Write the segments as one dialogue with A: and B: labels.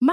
A: ما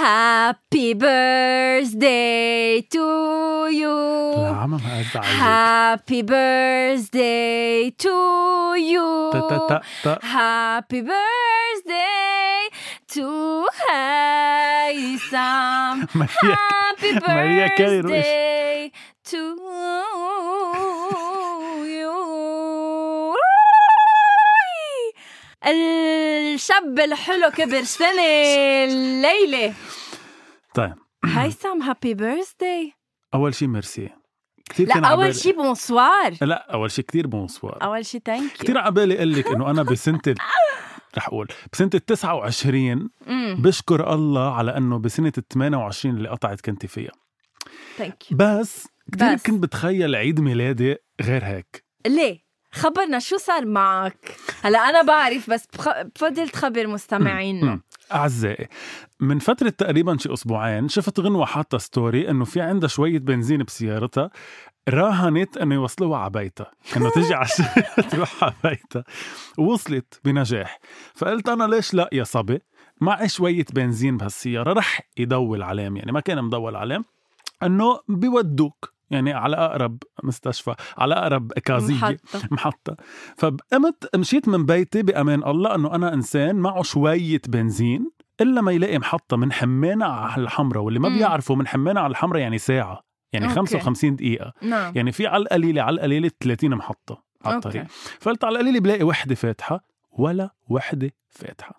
A: Happy birthday to you
B: العمى نعم، ما قد عليك
A: Happy birthday to you.
B: تا- تا- تا- تا.
A: Happy birthday to Haysam.
B: ماريا
A: Happy
B: ماريا كاري رويش.
A: birthday to you. الشاب الحلو كبر سنة الليلة
B: طيب
A: هيثم هابي بيرثداي
B: اول شيء ميرسي كثير كان
A: لا
B: على
A: أول
B: بالي-
A: شي بونسوار
B: لا اول شيء كثير بونسوار
A: أول شي ثانك
B: كثير على بالي اقول لك انه انا بسنه ال- رح اقول بسنه ال 29
A: يو
B: بشكر الله على انه بسنه ال 28 اللي قطعت كنتي فيها
A: ثانك يو
B: بس كثير
A: بس.
B: كنت بتخيل عيد ميلادي غير هيك
A: ليه؟ خبرنا شو صار معك هلا انا بعرف بس بخ... بفضل تخبر مستمعينا
B: مم. أعزائي من فترة تقريبا شي أسبوعين شفت غنوة حاطة ستوري إنه في عندها شوية بنزين بسيارتها راهنت إنه يوصلوها على بيتها إنه تجي على الشارع تروح على بيتها ووصلت بنجاح فقلت أنا ليش لا يا صبي معي شوية بنزين بهالسيارة رح يدول علام يعني ما كان مدول علام إنه بيودوك يعني على أقرب مستشفى على أقرب كازية
A: محطة
B: محطة فقمت مشيت من بيتي بأمان الله أنه أنا إنسان معه شوية بنزين إلا ما يلاقي محطة من حمانة على الحمرة واللي ما
A: مم.
B: بيعرفوا من حمانة على الحمرة يعني ساعة يعني
A: أوكي.
B: 55 دقيقة
A: نعم
B: يعني في على القليلة على القليلة 30 محطة على الطريق
A: أوكي.
B: فقلت على القليلة بلاقي وحدة فاتحة ولا وحدة فاتحة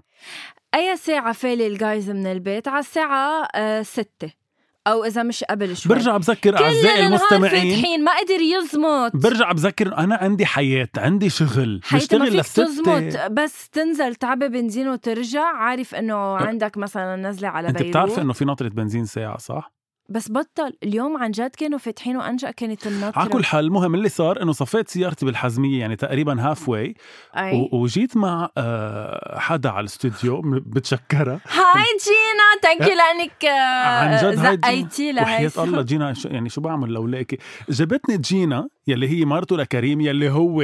A: اي ساعة فالي الجايز من البيت على الساعة آه ستة او اذا مش قبل شوي
B: برجع بذكر
A: كل النهار
B: أعزائي المستمعين
A: فاتحين ما قدر يزمط
B: برجع بذكر إنه أنا عندي حياة عندي شغل
A: حياتي ما فيك
B: للستة.
A: تزمط بس تنزل تعبي بنزين وترجع عارف انه عندك مثلا نزلة على
B: أه. أنت بتعرف
A: بيروت
B: إنه في نطرة بنزين ساعة صح؟
A: بس بطل اليوم عن جد كانوا فاتحين وانجا كانت النطرة
B: على كل حال المهم اللي صار انه صفيت سيارتي بالحزميه يعني تقريبا هاف واي
A: أي.
B: وجيت مع آه، حدا على الاستوديو م- بتشكرها
A: هاي جينا ثانك يو لانك آه،
B: أه؟ عن جد هاي جينا.
A: زقيتي
B: وحياة
A: لهي
B: الله جينا شو- يعني شو بعمل لو لاقي جابتني جينا يلي هي مرته لكريم يلي هو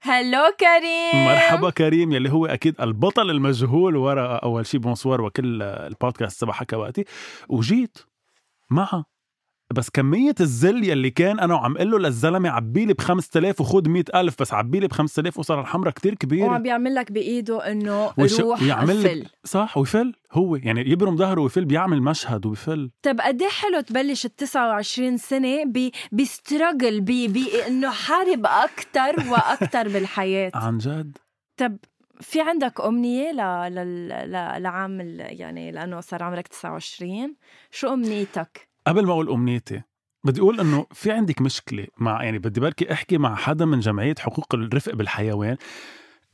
A: هلو كريم
B: مرحبا كريم يلي هو اكيد البطل المجهول وراء اول شيء بونسوار وكل البودكاست تبع حكواتي وجيت معها بس كمية الزل يلي كان أنا وعم قله للزلمة عبيلي ب 5000 وخد 100000 بس عبيلي ب 5000 وصار الحمرة كتير
A: وعم
B: كبيرة
A: بيعمل لك بايده انه
B: وش-
A: روح
B: ويعمل لك-
A: قفل.
B: صح ويفل هو يعني يبرم ظهره ويفل بيعمل مشهد وبفل
A: طب قد ايه حلو تبلش ال 29 سنه ب بستراجل ب بانه حارب اكثر واكثر بالحياه
B: عن جد
A: طب في عندك امنيه ل... لل... ل... لعام ال- يعني لانه صار عمرك 29 شو امنيتك؟
B: قبل ما أقول أمنيتي بدي أقول إنه في عندك مشكلة مع يعني بدي بركي أحكي مع حدا من جمعية حقوق الرفق بالحيوان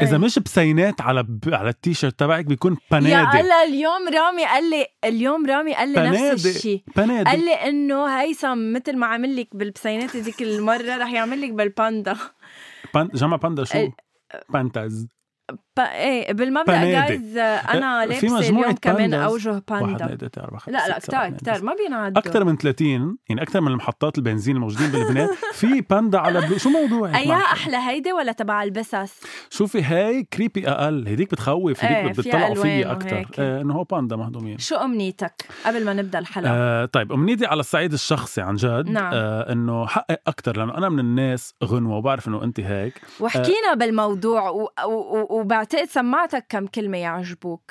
A: إيه.
B: إذا مش بسينات على ب... على التيشيرت تبعك بيكون
A: يا
B: بنادق
A: الله اليوم رامي قال لي اليوم رامي قال لي نفس
B: بنادق.
A: الشيء
B: بنادق
A: قال لي انه هيثم مثل ما عمل لك بالبسينات هذيك المره رح يعمل لك بالباندا
B: بان... جمع باندا شو؟
A: ال-
B: بانتاز
A: ب... ايه بالمبدا
B: بنادق.
A: جايز انا
B: في
A: لابسه
B: مجموعة
A: اليوم كمان
B: بانداز.
A: اوجه
B: واحد
A: باندا
B: اثنين اربعة خمسة
A: لا لا
B: ستة،
A: كتار
B: سبعة، ثمانية،
A: كتار
B: تسعة.
A: ما بينعدوا
B: اكثر من 30 يعني اكثر من محطات البنزين الموجودين بلبنان في باندا على بلو شو موضوعك
A: ايا
B: معك؟
A: احلى هيدي ولا تبع البسس
B: شوفي هاي كريبي اقل هديك بتخوف
A: إيه،
B: هديك
A: فيها
B: بتطلعوا
A: ألوان
B: فيها اكثر
A: وهيك.
B: آه، انه هو باندا مهضومين
A: شو امنيتك قبل ما نبدا الحلقه
B: آه طيب امنيتي على الصعيد الشخصي عن جد
A: نعم.
B: آه انه حقق اكثر لانه انا من الناس غنوه وبعرف انه انت هيك آه.
A: وحكينا بالموضوع و... و... و... وبع- بعتقد سمعتك كم كلمة يعجبوك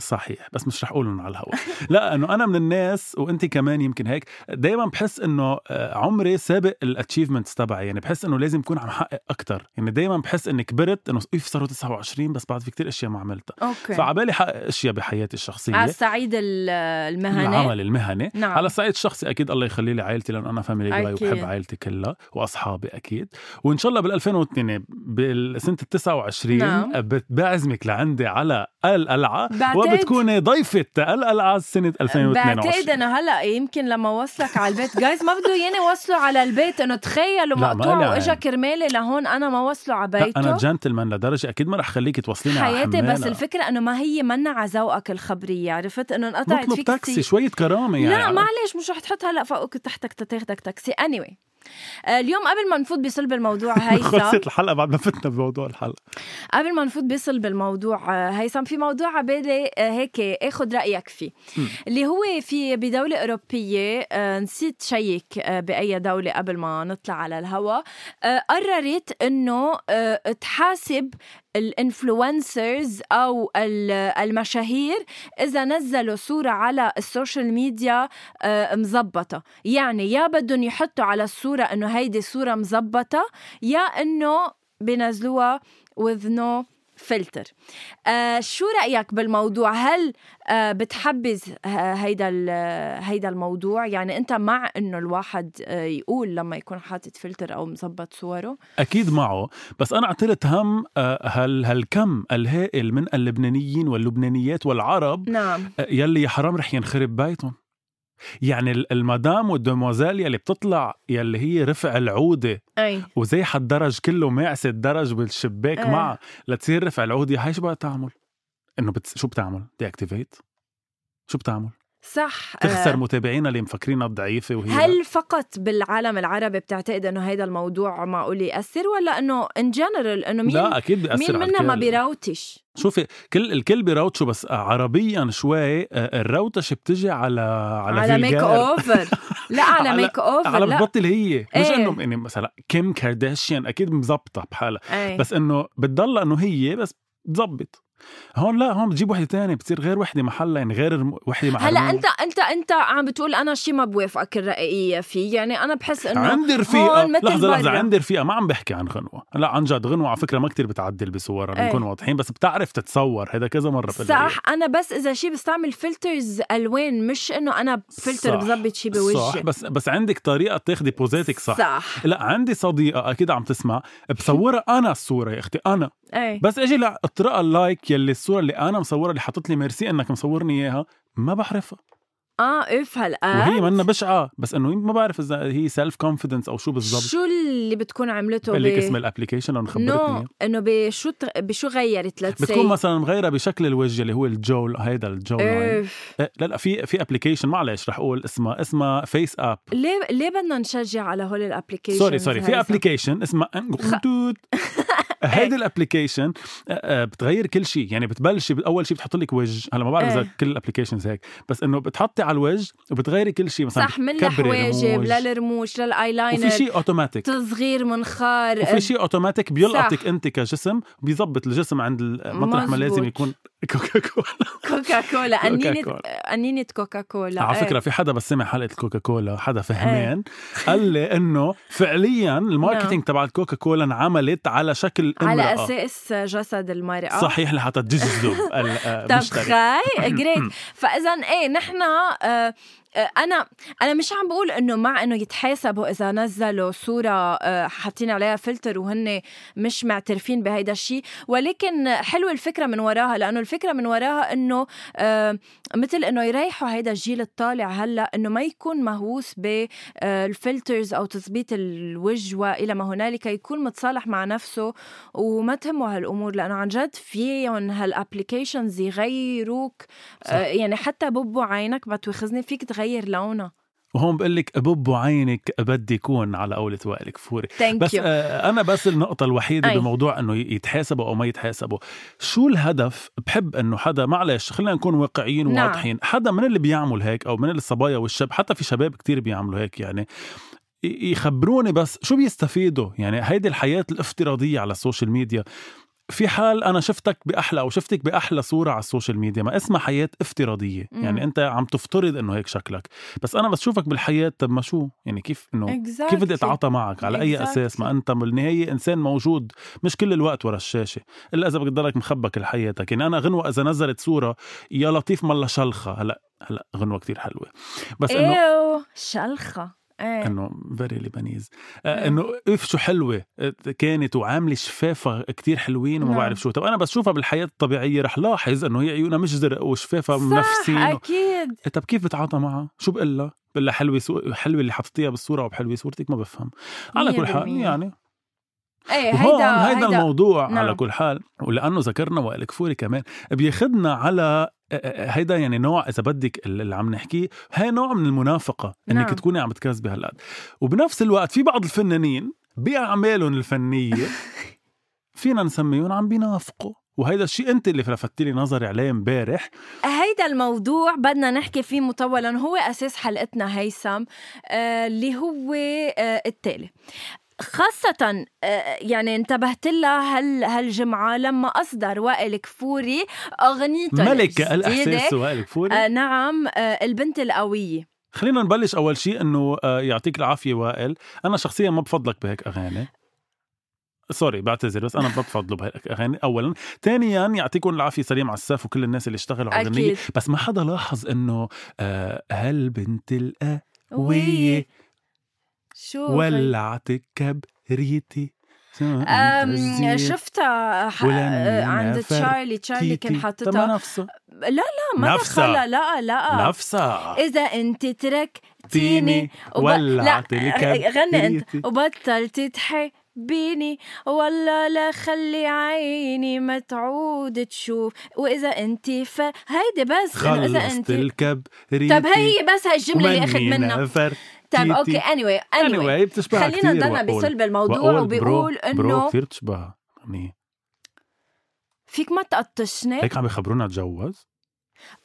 B: صحيح بس مش رح اقولهم على الهواء لا انه انا من الناس وانت كمان يمكن هيك دائما بحس انه آه، عمري سابق الاتشيفمنتس تبعي يعني بحس انه لازم اكون عم حقق اكثر يعني دائما بحس اني كبرت انه اف صاروا 29 بس بعد في كتير اشياء ما عملتها
A: اوكي
B: فعبالي حقق اشياء بحياتي
A: على
B: الشخصيه
A: الصعيد ال- المهني
B: العمل المهني
A: نعم
B: على الصعيد الشخصي اكيد الله يخلي لي عائلتي لانه انا فاميلي جاي
A: أكيد.
B: وبحب عائلتي كلها واصحابي اكيد وان شاء الله بال 2002 بالسنه ال 29
A: نعم.
B: بت- بعزمك لعندي على القلعه
A: بعتقد-
B: وبتكوني ضيفه القلعه سنه 2022
A: بعتقد انه هلا يمكن لما وصلك على البيت جايز ما بده ياني وصله على البيت انه تخيلوا
B: لا، ما لي
A: مقطوع
B: عين.
A: واجا كرمالي لهون انا ما وصله على
B: لا،
A: بيته
B: انا جنتلمان لدرجه اكيد ما رح خليك توصليني على
A: حياتي بس
B: حمالة.
A: الفكره انه ما هي منا على ذوقك الخبريه عرفت انه انقطعت
B: نطلب
A: فيك
B: تاكسي
A: كتير.
B: شويه كرامه يعني
A: لا معلش مش رح تحط هلا فوقك تحتك تاخدك تاكسي اني anyway. آه، اليوم قبل ما نفوت بصلب الموضوع هيثم
B: خلصت الحلقه بعد ما فتنا بموضوع الحلقه
A: قبل ما نفوت بصل بالموضوع آه، هيثم في موضوع عبالي آه، هيك اخذ رايك فيه
B: مم.
A: اللي هو في بدوله اوروبيه آه، نسيت شيك آه، باي دوله قبل ما نطلع على الهوا آه، قررت انه آه، تحاسب الانفلونسرز او ال- المشاهير اذا نزلوا صوره على السوشيال ميديا آه، مزبطه يعني يا بدهم يحطوا على الصوره انه هيدي صوره مزبطه يا انه بنزلوها with no فلتر آه شو رأيك بالموضوع هل آه بتحبذ ه- هيدا ال- هيدا الموضوع يعني أنت مع إنه الواحد آه يقول لما يكون حاطط فلتر أو مزبط صوره
B: اكيد معه بس انا اعتلت هم آه، هال هالكم الهائل من اللبنانيين واللبنانيات والعرب
A: نعم
B: يلي يا حرام رح ينخرب بيتهم يعني ال- المدام والدموزيل يلي بتطلع يلي هي رفع العوده
A: أي
B: وزيح الدرج كله معس الدرج بالشباك
A: إيه.
B: معها لتصير رفع العوده هاي شو بقى تعمل؟ انه بت... شو بتعمل؟ دي اكتيفيت شو بتعمل؟
A: صح
B: تخسر
A: آه
B: متابعينا اللي مفكرينها ضعيفه وهي لا.
A: هل فقط بالعالم العربي بتعتقد إنه هيدا الموضوع معقول يأثر ولا إنه إن جنرال إنه مين
B: لا اكيد بيأثر
A: مين
B: على
A: منا ما
B: الكل.
A: بيراوتش
B: شوفي كل الكل بيروتشوا بس عربيا شوي آه، الروتشه بتجي على على
A: على ميك
B: فيلجار.
A: اوفر لا على
B: على-
A: ميك اوفر
B: على
A: لا
B: بتبطل هي مش
A: إيه.
B: انه يعني مثلا كيم كارداشيان اكيد مزبطه بحالها
A: أي.
B: بس انه بتضل انه هي بس بتزبط هون لا هون بتجيب وحده تانية بتصير غير وحده محلها يعني غير الم- وحده مع
A: هلا
B: الم-
A: انت انت انت عم بتقول انا شيء ما بوافقك الرأيية فيه يعني انا بحس انه
B: عندي رفيقة
A: هون مثل
B: لحظة لحظة
A: برا.
B: عندي رفيقة ما عم بحكي عن غنوة لا عن جد غنوة على فكرة ما كتير بتعدل بصورها
A: إيه.
B: نكون واضحين بس بتعرف تتصور هذا كذا مرة بالليل.
A: صح انا بس اذا شيء بستعمل فلترز الوان مش انه انا فلتر
B: صح.
A: بظبط شيء
B: صح
A: بوجهي
B: بس بس عندك طريقة تاخدي بوزاتك صح.
A: صح
B: لا عندي صديقة أكيد عم تسمع بصورها أنا الصورة يا أختي أنا
A: اي
B: بس أجي لأطرقها اللايك يلي الصورة اللي أنا مصورة اللي حاطط لي ميرسي إنك مصورني إياها ما بعرفها
A: اه اف هلا
B: وهي منا بشعة بس إنه ما بعرف إذا هي سيلف كونفيدنس أو شو بالضبط
A: شو اللي بتكون عملته
B: بقول لك اسم
A: ب
B: الابلكيشن لو خبرتني إياه.
A: نو انه بشو تغ- بشو غيرت لتس
B: بتكون مثلا مغيره بشكل الوجه اللي هو الجول هيدا الجول لاين
A: اف
B: إيه، لا لا في في ابلكيشن معلش رح اقول اسمها اسمها فيس اب
A: ليه ليه بدنا نشجع على هول الابلكيشن
B: سوري سوري في ابلكيشن اسمها هيدي
A: إيه.
B: الابلكيشن آه، بتغير كل شيء يعني بتبلشي اول شيء بتحط لك وجه هلا ما بعرف اذا
A: إيه.
B: كل الابلكيشنز هيك بس انه بتحطي على الوجه وبتغيري كل شيء مثلا
A: صح من
B: بتكبري
A: الحواجب
B: رموش.
A: للرموش للايلاينر
B: وفي شيء اوتوماتيك
A: تصغير منخار
B: وفي شيء اوتوماتيك بيلقطك
A: صح.
B: انت كجسم بيظبط الجسم عند ال- مطرح ما لازم
A: مزبوط.
B: يكون كوكاكولا
A: كوكا كولا أنينة
B: كوكاكولا.
A: أنينة إيه. كوكا كولا
B: على فكره في حدا بس سمع حلقه الكوكا كولا
A: إيه.
B: حدا فهمان قال لي انه فعليا الماركتينج تبع الكوكا كولا انعملت على شكل امراه
A: على أساس جسد المرأة
B: صحيح لحتى تجذب
A: آه.
B: آه،
A: طب
B: المشتري
A: خاي جريت فاذا ايه نحن آه، آه، انا انا مش عم بقول انه مع انه يتحاسبوا اذا نزلوا صوره آه، حاطين عليها فلتر وهن مش معترفين بهيدا الشيء ولكن حلوه الفكره من وراها لانه الفكره من وراها انه آه، مثل انه يريحوا هيدا الجيل الطالع هلا انه ما يكون مهووس بالفلترز او تثبيت الوجه والى ما هنالك يكون متصالح مع نفسه وما تهمه هالامور لانه عن جد فيهم هالابلكيشنز يغيروك
B: صح.
A: آه، يعني حتى ببو عينك بتوخزني فيك تغير لونه
B: وهون بقول لك ببو عينك بدي يكون على قولة وائل كفوري
A: ثانك
B: بس
A: يو
B: آه انا بس النقطه الوحيده
A: أي.
B: بموضوع انه يتحاسبوا او ما يتحاسبوا شو الهدف بحب انه حدا معلش خلينا نكون واقعيين
A: نعم.
B: وواضحين حدا من اللي بيعمل هيك او من الصبايا والشباب حتى في شباب كتير بيعملوا هيك يعني ي- يخبروني بس شو بيستفيدوا يعني هيدي الحياه الافتراضيه على السوشيال ميديا في حال انا شفتك باحلى او شفتك باحلى صوره على السوشيال ميديا ما اسمها حياه افتراضيه
A: مم.
B: يعني انت عم تفترض انه هيك شكلك بس انا بس شوفك بالحياه طب ما شو يعني كيف انه
A: exactly.
B: كيف بدي اتعاطى معك على اي
A: Exactly.
B: اساس ما انت بالنهايه انسان موجود مش كل الوقت ورا الشاشه الا اذا بدك تضلك مخبك لحياتك يعني انا غنوه اذا نزلت صوره يا لطيف ملا شلخه هلا هلا غنوه كتير حلوه بس انه
A: ايو شلخه ايه
B: انه فيري لبنيز
A: إيه.
B: انه اف آه، شو حلوه آه، كانت وعامله شفافه كتير حلوين وما
A: نعم.
B: بعرف شو طب انا بس شوفها بالحياه الطبيعيه رح لاحظ انه هي عيونها مش زرق وشفافه منفسين و...
A: اكيد
B: إيه، طب كيف بتعاطى معها شو بقول لها بقول لها حلوه سو... حلوه اللي حطيتيها بالصوره وبحلوه صورتك ما بفهم على كل حال
A: 100%
B: يعني
A: ايه
B: وهون
A: هيدا
B: هيدا الموضوع
A: نعم.
B: على كل حال ولانه ذكرنا وائل كفوري كمان بياخذنا على هيدا يعني نوع اذا بدك اللي عم نحكيه هي نوع من المنافقه انك
A: نعم.
B: تكوني عم تكذبي هالقد وبنفس الوقت في بعض الفنانين باعمالهم الفنيه فينا نسميهم عم بينافقوا وهيدا الشيء انت اللي لفتت لي نظري عليه امبارح
A: هيدا الموضوع بدنا نحكي فيه مطولا هو اساس حلقتنا هيثم آه، اللي هو آه، التالي خاصة آه، يعني انتبهت لها هال هالجمعة لما أصدر وائل كفوري أغنيته الجديدة.
B: ملكه الاحساس وائل كفوري
A: آه، نعم آه، البنت القوية
B: خلينا نبلش اول شيء انه آه، يعطيك العافيه وائل انا شخصيا ما بفضلك بهيك اغاني سوري بعتذر بس انا ما بفضله بهيك اغاني اولا ثانيا يعطيكم العافيه سليم على الساف وكل الناس اللي اشتغلوا على الغنيه
A: أكيد
B: بس ما حدا لاحظ انه آه، هالبنت القويه
A: شو
B: ولعت
A: طيب.
B: كبريتي
A: أم شفتها ح-
B: ولما
A: آه، عند
B: فرق
A: تشارلي تشارلي كان حاطتها
B: نفسها
A: لا لا ما
B: نفسها.
A: دخلها لا لا
B: نفسها
A: إذا أنت تركتيني
B: تيني
A: وب-
B: ولعت
A: لا آه، غني أنت
B: الكبريتي.
A: وبطلت تحبيني والله لا خلي عيني ما تعود تشوف وإذا أنت ف هيدي بس إنه إذا
B: خلصت
A: أنت
B: الكبريتي
A: طب هي بس هالجملة اللي أخذ منها طب أوكي anyway anyway
B: anyway بتشبه
A: خلينا نضلنا بصلب الموضوع وبيقول
B: برو
A: إنه
B: كثير بتشبه يعني
A: فيك ما تقطشني
B: هيك عم يخبرونا اتجوز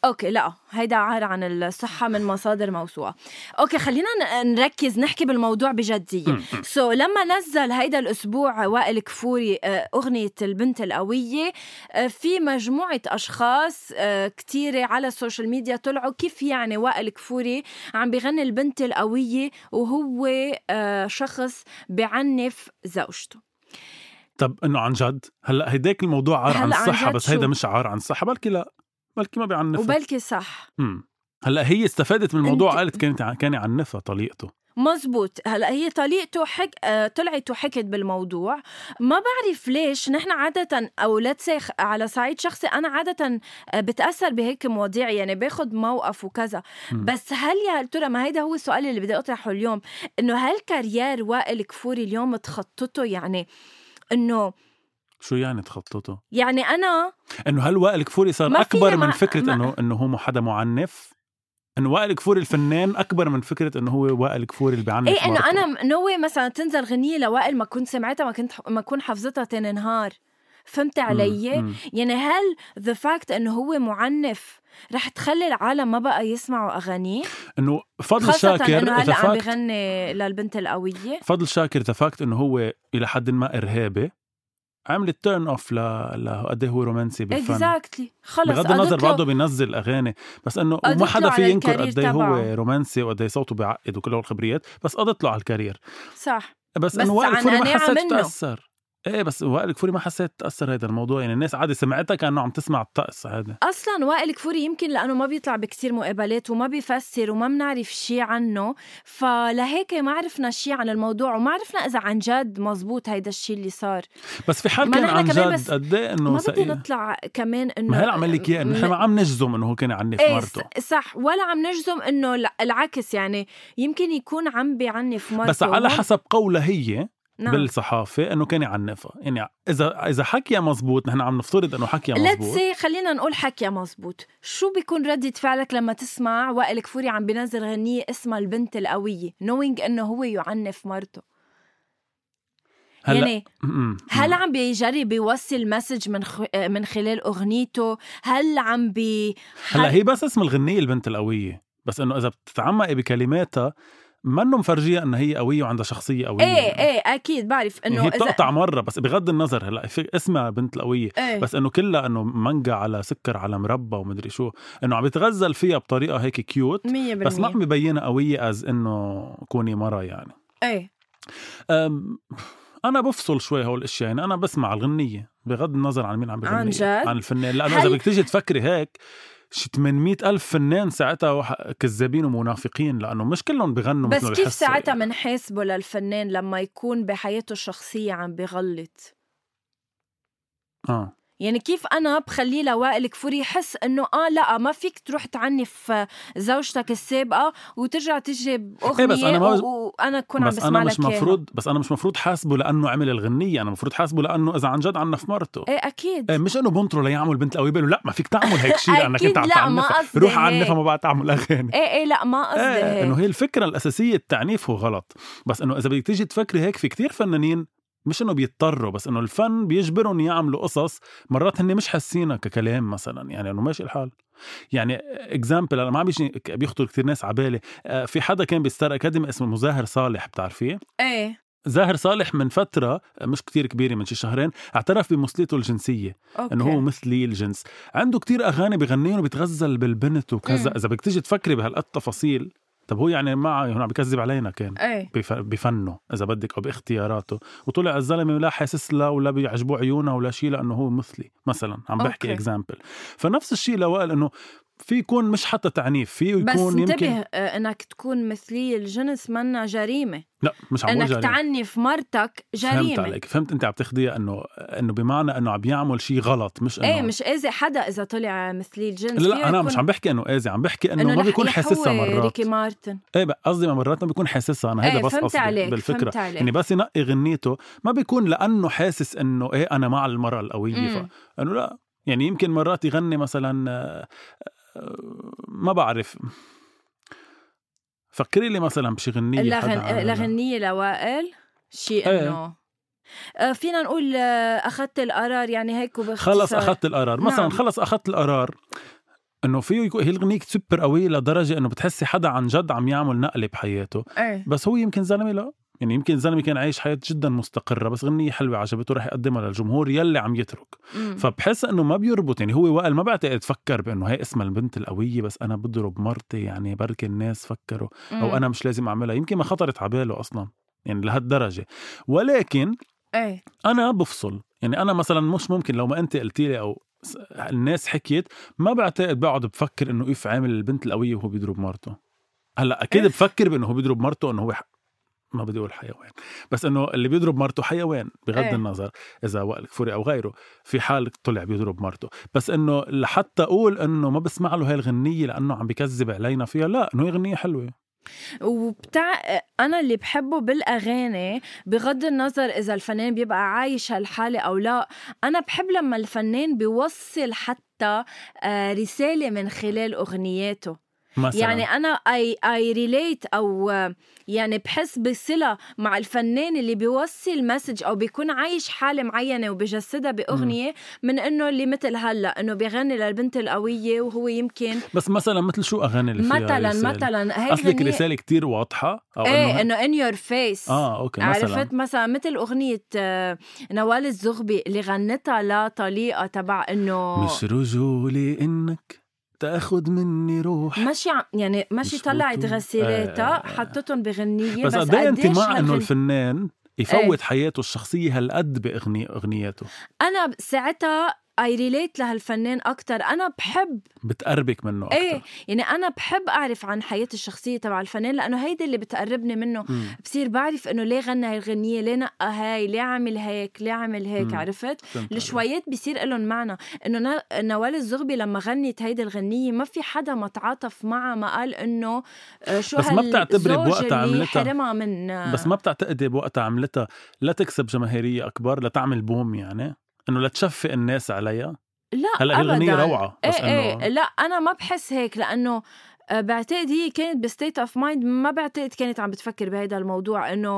A: اوكي لا هيدا عار عن الصحة من مصادر موسوعة اوكي خلينا ن- نركز نحكي بالموضوع بجدية سو so, لما نزل هيدا الأسبوع وائل كفوري آه، أغنية البنت القوية آه، في مجموعة أشخاص آه، كتيرة على السوشيال ميديا طلعوا كيف يعني وائل كفوري عم بغني البنت القوية وهو آه، شخص بعنف زوجته
B: طب انه عن جد هلا هيداك الموضوع عار عن
A: هلأ عن
B: الصحة
A: جد
B: بس
A: شو؟
B: هيدا مش عار عن الصحة بلكي لا بلكي ما بيعنفها
A: وبلكي صح
B: أمم. هلا هي استفادت من الموضوع
A: أنت-
B: قالت كانت ع- كان يعنفها طليقته
A: مزبوط هلا هي طليقته حك... آه، طلعت وحكت بالموضوع ما بعرف ليش نحن عادة او ليتس على صعيد شخصي انا عادة آه، بتاثر بهيك مواضيع يعني باخد موقف وكذا
B: مم.
A: بس هل يا هل ترى ما هيدا هو السؤال اللي بدي اطرحه اليوم انه هل كارير وائل كفوري اليوم تخططه يعني انه
B: شو يعني تخططه؟
A: يعني انا
B: انه هل وائل كفوري صار
A: ما
B: اكبر
A: فينا
B: من
A: مع-
B: فكره
A: ما-
B: انه انه هو حدا معنف؟ انه وائل كفوري الفنان اكبر من فكره انه هو وائل كفوري اللي بيعنف
A: ايه انه
B: مرته.
A: انا نوي مثلا تنزل غنية لوائل ما كنت سمعتها ما كنت ما كنت حافظتها تاني نهار فهمت علي؟
B: مم. مم.
A: يعني هل ذا فاكت انه هو معنف رح تخلي العالم ما بقى يسمعوا اغانيه
B: انه فضل
A: خاصة
B: شاكر
A: انه هلا عم
B: تفاكت
A: بغني للبنت القوية
B: فضل شاكر تفاكت انه هو الى حد ما ارهابي عملت تيرن اوف ل ل- قد إيه هو رومانسي بالفن
A: اكزاكتلي خلص
B: بغض النظر
A: قضت له-
B: برضه بينزل اغاني بس انه
A: قضت
B: وما حدا
A: له
B: في
A: على
B: ينكر
A: الكارير
B: قد إيه هو
A: تبعه.
B: رومانسي وقد إيه صوته بيعقد وكل هالخبريات بس قضت له على الكارير
A: صح
B: بس,
A: بس
B: انه وائل
A: عن
B: كفوري ما
A: قناعة
B: حسيت
A: منه.
B: تاثر ايه بس وائل كفوري ما حسيت تاثر هذا الموضوع يعني الناس عادي سمعتها كانه عم تسمع الطقس هذا
A: اصلا وائل كفوري يمكن لانه ما بيطلع بكثير مقابلات وما بيفسر وما بنعرف شيء عنه فلهيك ما عرفنا شيء عن الموضوع وما عرفنا اذا عن جد مزبوط هيدا الشيء اللي صار
B: بس في حال
A: ما
B: كان
A: نحن
B: عن
A: كمان
B: جد
A: بس
B: قد ايه انه
A: ما بدي
B: سئيل.
A: نطلع كمان انه
B: ما هلا عم لك اياه انه نحن ما عم نجزم انه هو كان يعنف
A: ايه
B: مرته
A: ص- صح ولا عم نجزم انه الع- العكس يعني يمكن يكون عم بيعنف مرته
B: بس على
A: وهون-
B: حسب قولها هي
A: نعم.
B: بالصحافه انه كان يعنفها يعني اذا اذا حكيها مزبوط نحن عم نفترض انه حكيها
A: ليتس
B: مزبوط
A: سي خلينا نقول حكي مزبوط شو بيكون ردة فعلك لما تسمع وائل كفوري عم بينزل غنية اسمها البنت القوية knowing انه هو يعنف مرته
B: هلا
A: يعني
B: م- م-
A: هل عم بيجرب يوصل مسج من خ... من خلال اغنيته هل عم بي
B: هلا هي بس اسم الغنيه البنت القويه بس انه اذا بتتعمقي بكلماتها منه مفرجيه انها هي قويه وعندها شخصيه قويه
A: ايه ايه اكيد بعرف
B: يعني
A: انه
B: هي بتقطع مره بس بغض النظر هلا في- اسمها بنت القويه
A: ايه
B: بس انه كلها انه مانجا على سكر على مربى ومدري شو انه عم يتغزل فيها بطريقه هيك كيوت
A: 100%
B: بس ما عم يبينها قويه از انه كوني مره يعني
A: ايه
B: أم، انا بفصل شوي هول الاشياء يعني انا بسمع الغنيه بغض النظر عن مين عم بغني
A: عن جد؟
B: عن الفنان لانه
A: هل-
B: اذا بدك تيجي تفكري هيك شي 800 ألف فنان ساعتها وح- كذابين ومنافقين لأنه مش كلهم بغنوا مثل
A: بس
B: ما
A: كيف
B: بيحسوا
A: ساعتها
B: يعني.
A: منحاسبه للفنان لما يكون بحياته الشخصيه عم بغلط
B: آه.
A: يعني كيف انا بخليه لوائل كفوري يحس انه اه لا ما فيك تروح تعنف زوجتك السابقه وترجع تجي باغنيه
B: إيه بس أنا ما بز-
A: و- وانا كون عم
B: بس
A: بسمع
B: أنا
A: لك
B: مش
A: إياها.
B: مفروض بس أنا مش مفروض حاسبه لأنه عمل الغنية أنا مفروض حاسبه لأنه إذا عن جد عنف مرته
A: ايه اكيد
B: إيه مش انه بنطره ليعمل بنت قوي بيقولوا لا ما فيك تعمل هيك شيء لانك
A: أكيد
B: انت عم
A: لا، ما
B: تعنفها
A: قصدي
B: روح
A: هيك.
B: عنفها ما بقى تعمل اغاني
A: ايه ايه لا ما قصدي
B: ايه انه
A: هيك
B: هي الفكره الاساسيه التعنيف هو غلط بس انه اذا بدك تيجي تفكري هيك في كتير فنانين مش انه بيضطروا بس انه الفن بيجبرهم يعملوا قصص مرات هن مش حاسينها ككلام مثلا يعني انه ماشي الحال يعني اكزامبل انا ما عم بيجي بيخطر كتير ناس على بالي آه، في حدا كان بستار اكاديمي اسمه زاهر صالح بتعرفيه
A: ايه
B: زاهر صالح من فتره آه، مش كتير كبيره من شي شهرين اعترف بمثليته الجنسيه
A: اوكي
B: انه هو مثلي الجنس عنده كتير اغاني بغنيهم بيتغزل بالبنت وكذا
A: مم.
B: اذا بدك تيجي تفكري بهالتفاصيل طب هو يعني ما هون عم بكذب علينا كان
A: ايه
B: بف- بفنه اذا بدك او باختياراته وطلع الزلمه لا حاسس لا ولا بيعجبوه عيونه ولا شيء لانه هو مثلي مثلا عم بحكي
A: أوكي.
B: اكزامبل فنفس الشيء لوائل انه في يكون مش حتى تعنيف في
A: بس
B: يكون
A: انتبه
B: يمكن
A: آه، انك تكون مثلي الجنس منا جريمه
B: لا مش عم بقول
A: انك
B: جريمة.
A: تعنف مرتك
B: فهمت
A: جريمه
B: عليك فهمت انت عم تاخديها انه انه بمعنى انه عم بيعمل شيء غلط مش انه
A: ايه مش اذي حدا اذا طلع مثلي الجنس
B: لا,
A: فيه
B: لا انا
A: يكون
B: مش عم بحكي انه اذي عم بحكي انه ما
A: رح
B: بيكون
A: يحوي
B: حاسسها مرات
A: ريكي مارتن
B: ايه بقى قصدي ما مرات ما بيكون حاسسها انا هيدا
A: ايه
B: بس
A: فهمت
B: قصدي
A: عليك
B: بالفكره
A: فهمت عليك
B: يعني بس ينقي غنيته ما بيكون لانه حاسس انه ايه انا مع المراه القويه
A: مم.
B: فانه لا يعني يمكن مرات يغني مثلا آه، آه، ما بعرف فكري لي مثلا بشي غنيه حدا
A: لغن...
B: عملها.
A: لغنية لوائل شيء
B: إيه.
A: انه آه، فينا نقول آه، اخذت القرار يعني هيك وباختصار
B: خلص اخذت القرار مثلا
A: نعم.
B: خلص اخذت القرار انه فيه يكون هي الغنية سوبر قويه لدرجه انه بتحسي حدا عن جد عم يعمل نقله بحياته
A: ايه
B: بس هو يمكن زلمه لا يعني يمكن زلمه كان عايش حياه جدا مستقره بس غنيه حلوه عجبته رح يقدمها للجمهور يلي عم يترك
A: مم.
B: فبحس انه ما بيربط يعني هو وائل ما بعتقد فكر بانه هي اسمها البنت القويه بس انا بضرب مرتي يعني بركي الناس فكروا
A: مم.
B: او انا مش لازم اعملها يمكن ما خطرت على باله اصلا يعني لهالدرجه ولكن
A: ايه
B: انا بفصل يعني انا مثلا مش ممكن لو ما انت قلتي لي او س- الناس حكيت ما بعتقد بقعد بفكر انه كيف عامل البنت القويه وهو بيضرب مرته هلا اكيد
A: إيه.
B: بفكر بانه هو بيضرب مرته انه هو ح... ما بدي اقول حيوان بس انه اللي بيضرب مرته حيوان بغض
A: إيه.
B: النظر اذا وائل كفوري او غيره في حال طلع بيضرب مرته بس انه لحتى اقول انه ما بسمع له هاي الغنيه لانه عم بكذب علينا فيها لا انه هي غنيه حلوه
A: وبتاع انا اللي بحبه بالاغاني بغض النظر اذا الفنان بيبقى عايش هالحاله او لا انا بحب لما الفنان بيوصل حتى آه، رساله من خلال اغنياته
B: مثلا
A: يعني انا اي اي ريليت او يعني بحس بصله مع الفنان اللي بيوصل مسج او بيكون عايش حاله معينه وبجسدها باغنيه من انه اللي مثل هلا انه بيغني للبنت القويه وهو يمكن
B: بس مثلا مثل شو اغاني اللي فيها
A: مثلا
B: رسالة؟
A: مثلا هي
B: قصدك
A: غنية-
B: رساله كتير واضحه او
A: ايه
B: هي-
A: انه ان يور فيس
B: اه اوكي مثلا
A: عرفت مثلا مثل اغنيه آه، نوال الزغبي اللي غنتها لطليقه تبع انه
B: مش رجولي انك تاخد مني روح
A: ماشي عم- يعني ماشي
B: مش
A: طلعت
B: بطول.
A: غسيلاتها
B: آه.
A: حطتهم بغنيه
B: بس
A: بس
B: قد ايه انت
A: قديش إيه.
B: مع انه
A: هالغن-
B: الفنان يفوت حياته الشخصيه هالقد باغني اغنياته
A: انا ب- ساعتها اي ريليت لهالفنان اكثر انا بحب
B: بتقربك منه اكثر
A: ايه يعني انا بحب اعرف عن حياتي الشخصيه تبع الفنان لانه هيدي اللي بتقربني منه
B: مم،
A: بصير بعرف انه ليه غنى هاي الغنيه ليه نقى هاي ليه عمل هيك ليه عمل هيك
B: مم.
A: عرفت
B: فهمت عليك.
A: الشويات بيصير لهم معنى انه نا- نوال الزغبي لما غنت هيدي الغنيه ما في حدا ما تعاطف معها ما قال انه آه، شو
B: بس ما بتعتبري
A: هالزوج
B: بوقتها
A: اللي
B: عملتها-
A: حرمها من
B: بس ما بتعتقدي بوقتها عملتها لا تكسب جماهيريه اكبر لتعمل بوم يعني انه لتشفق الناس عليها
A: لا
B: هلا هي الغنيه
A: أبداً.
B: روعه بس
A: ايه
B: انه
A: ايه لا انا ما بحس هيك لانه آه، بعتقد هي كانت بستيت اوف مايند ما بعتقد كانت عم بتفكر بهذا الموضوع انه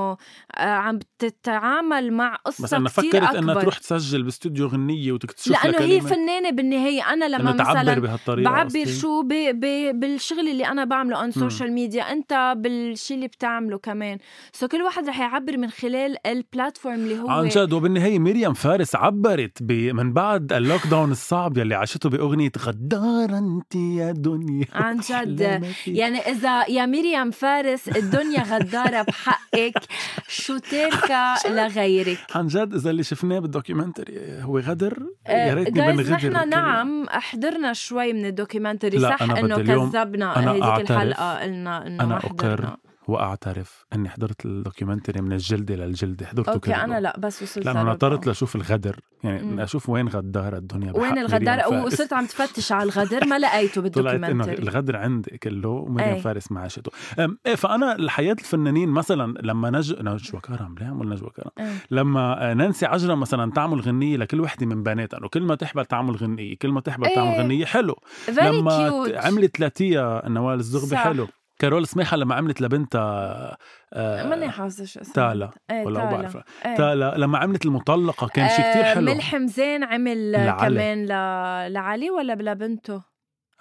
A: آه، عم بتتعامل مع قصه
B: بس انا
A: كتير
B: فكرت انها
A: أكبر.
B: تروح تسجل باستوديو غنيه وتكتشف
A: لانه
B: لها
A: هي
B: كلمة.
A: فنانه بالنهايه انا لما
B: إنه تعبر
A: مثلا
B: بهالطريقه
A: بعبر
B: قصدي.
A: شو ب... ب... بالشغل اللي انا بعمله اون سوشيال ميديا انت بالشي اللي بتعمله كمان سو كل واحد رح يعبر من خلال البلاتفورم اللي هو
B: عن جد وبالنهاية مريم فارس عبرت ب... من بعد اللوك داون الصعب يلي عاشته بأغنية غدارة انت يا دنيا
A: عن جد
B: وأحلامي فيك.
A: يعني إذا يا مريم فارس الدنيا غدارة بحقك شو تاركة لغيرك
B: عن جد إذا اللي شفناه بالدوكيومنتري هو غدر
A: آه،
B: يا ريتني
A: guys،
B: من غدر
A: نحن
B: الكلمة.
A: نعم حضرنا شوي من الدوكيومنتري
B: لا،
A: صح
B: أنا
A: انه
B: بدي اليوم-
A: كذبنا
B: أنا
A: هذيك
B: أعترف.
A: الحلقه قلنا انه ما
B: أنا
A: حضرنا
B: أقر وأعترف أني حضرت الدوكيومنتري من الجلدة للجلدة حضرته
A: اوكي
B: كله.
A: انا لا بس وصلت
B: لأنه نطرت
A: لربع.
B: لأشوف الغدر
A: مم.
B: يعني أشوف وين غدارة الدنيا بحق
A: وين
B: مريم
A: الغدار
B: فارس.
A: وصرت عم تفتش على الغدر ما لقيته إيه.
B: طلعت انه
A: بالدوكيومنتري
B: الغدر عندي كله ومريم
A: إيه.
B: فارس ما عاشته أم، إيه، فانا الحياه الفنانين مثلا لما نج نجوى كرم ليه عمل نجوى كرم
A: إيه.
B: لما آه، نانسي عجرم مثلا تعمل غنيه لكل وحده من بناتها انه كل ما تحبل تعمل غنيه كل ما تحبل
A: إيه.
B: تعمل غنيه حلو
A: فيري
B: لما ت-
A: كيوت
B: عملت لاتيا نوال الزغبي
A: صح.
B: حلو كارول سماحه لما عملت لبنتها آه،
A: ماني حافظه شو اسمها
B: تالا
A: إيه،
B: ولا ما
A: تالا.
B: بعرف
A: إيه.
B: تالا لما عملت المطلقه كان شيء كثير
A: آه،
B: حلو
A: ملحم زين عمل
B: لعلي.
A: كمان ل... لعلي ولا لبنته؟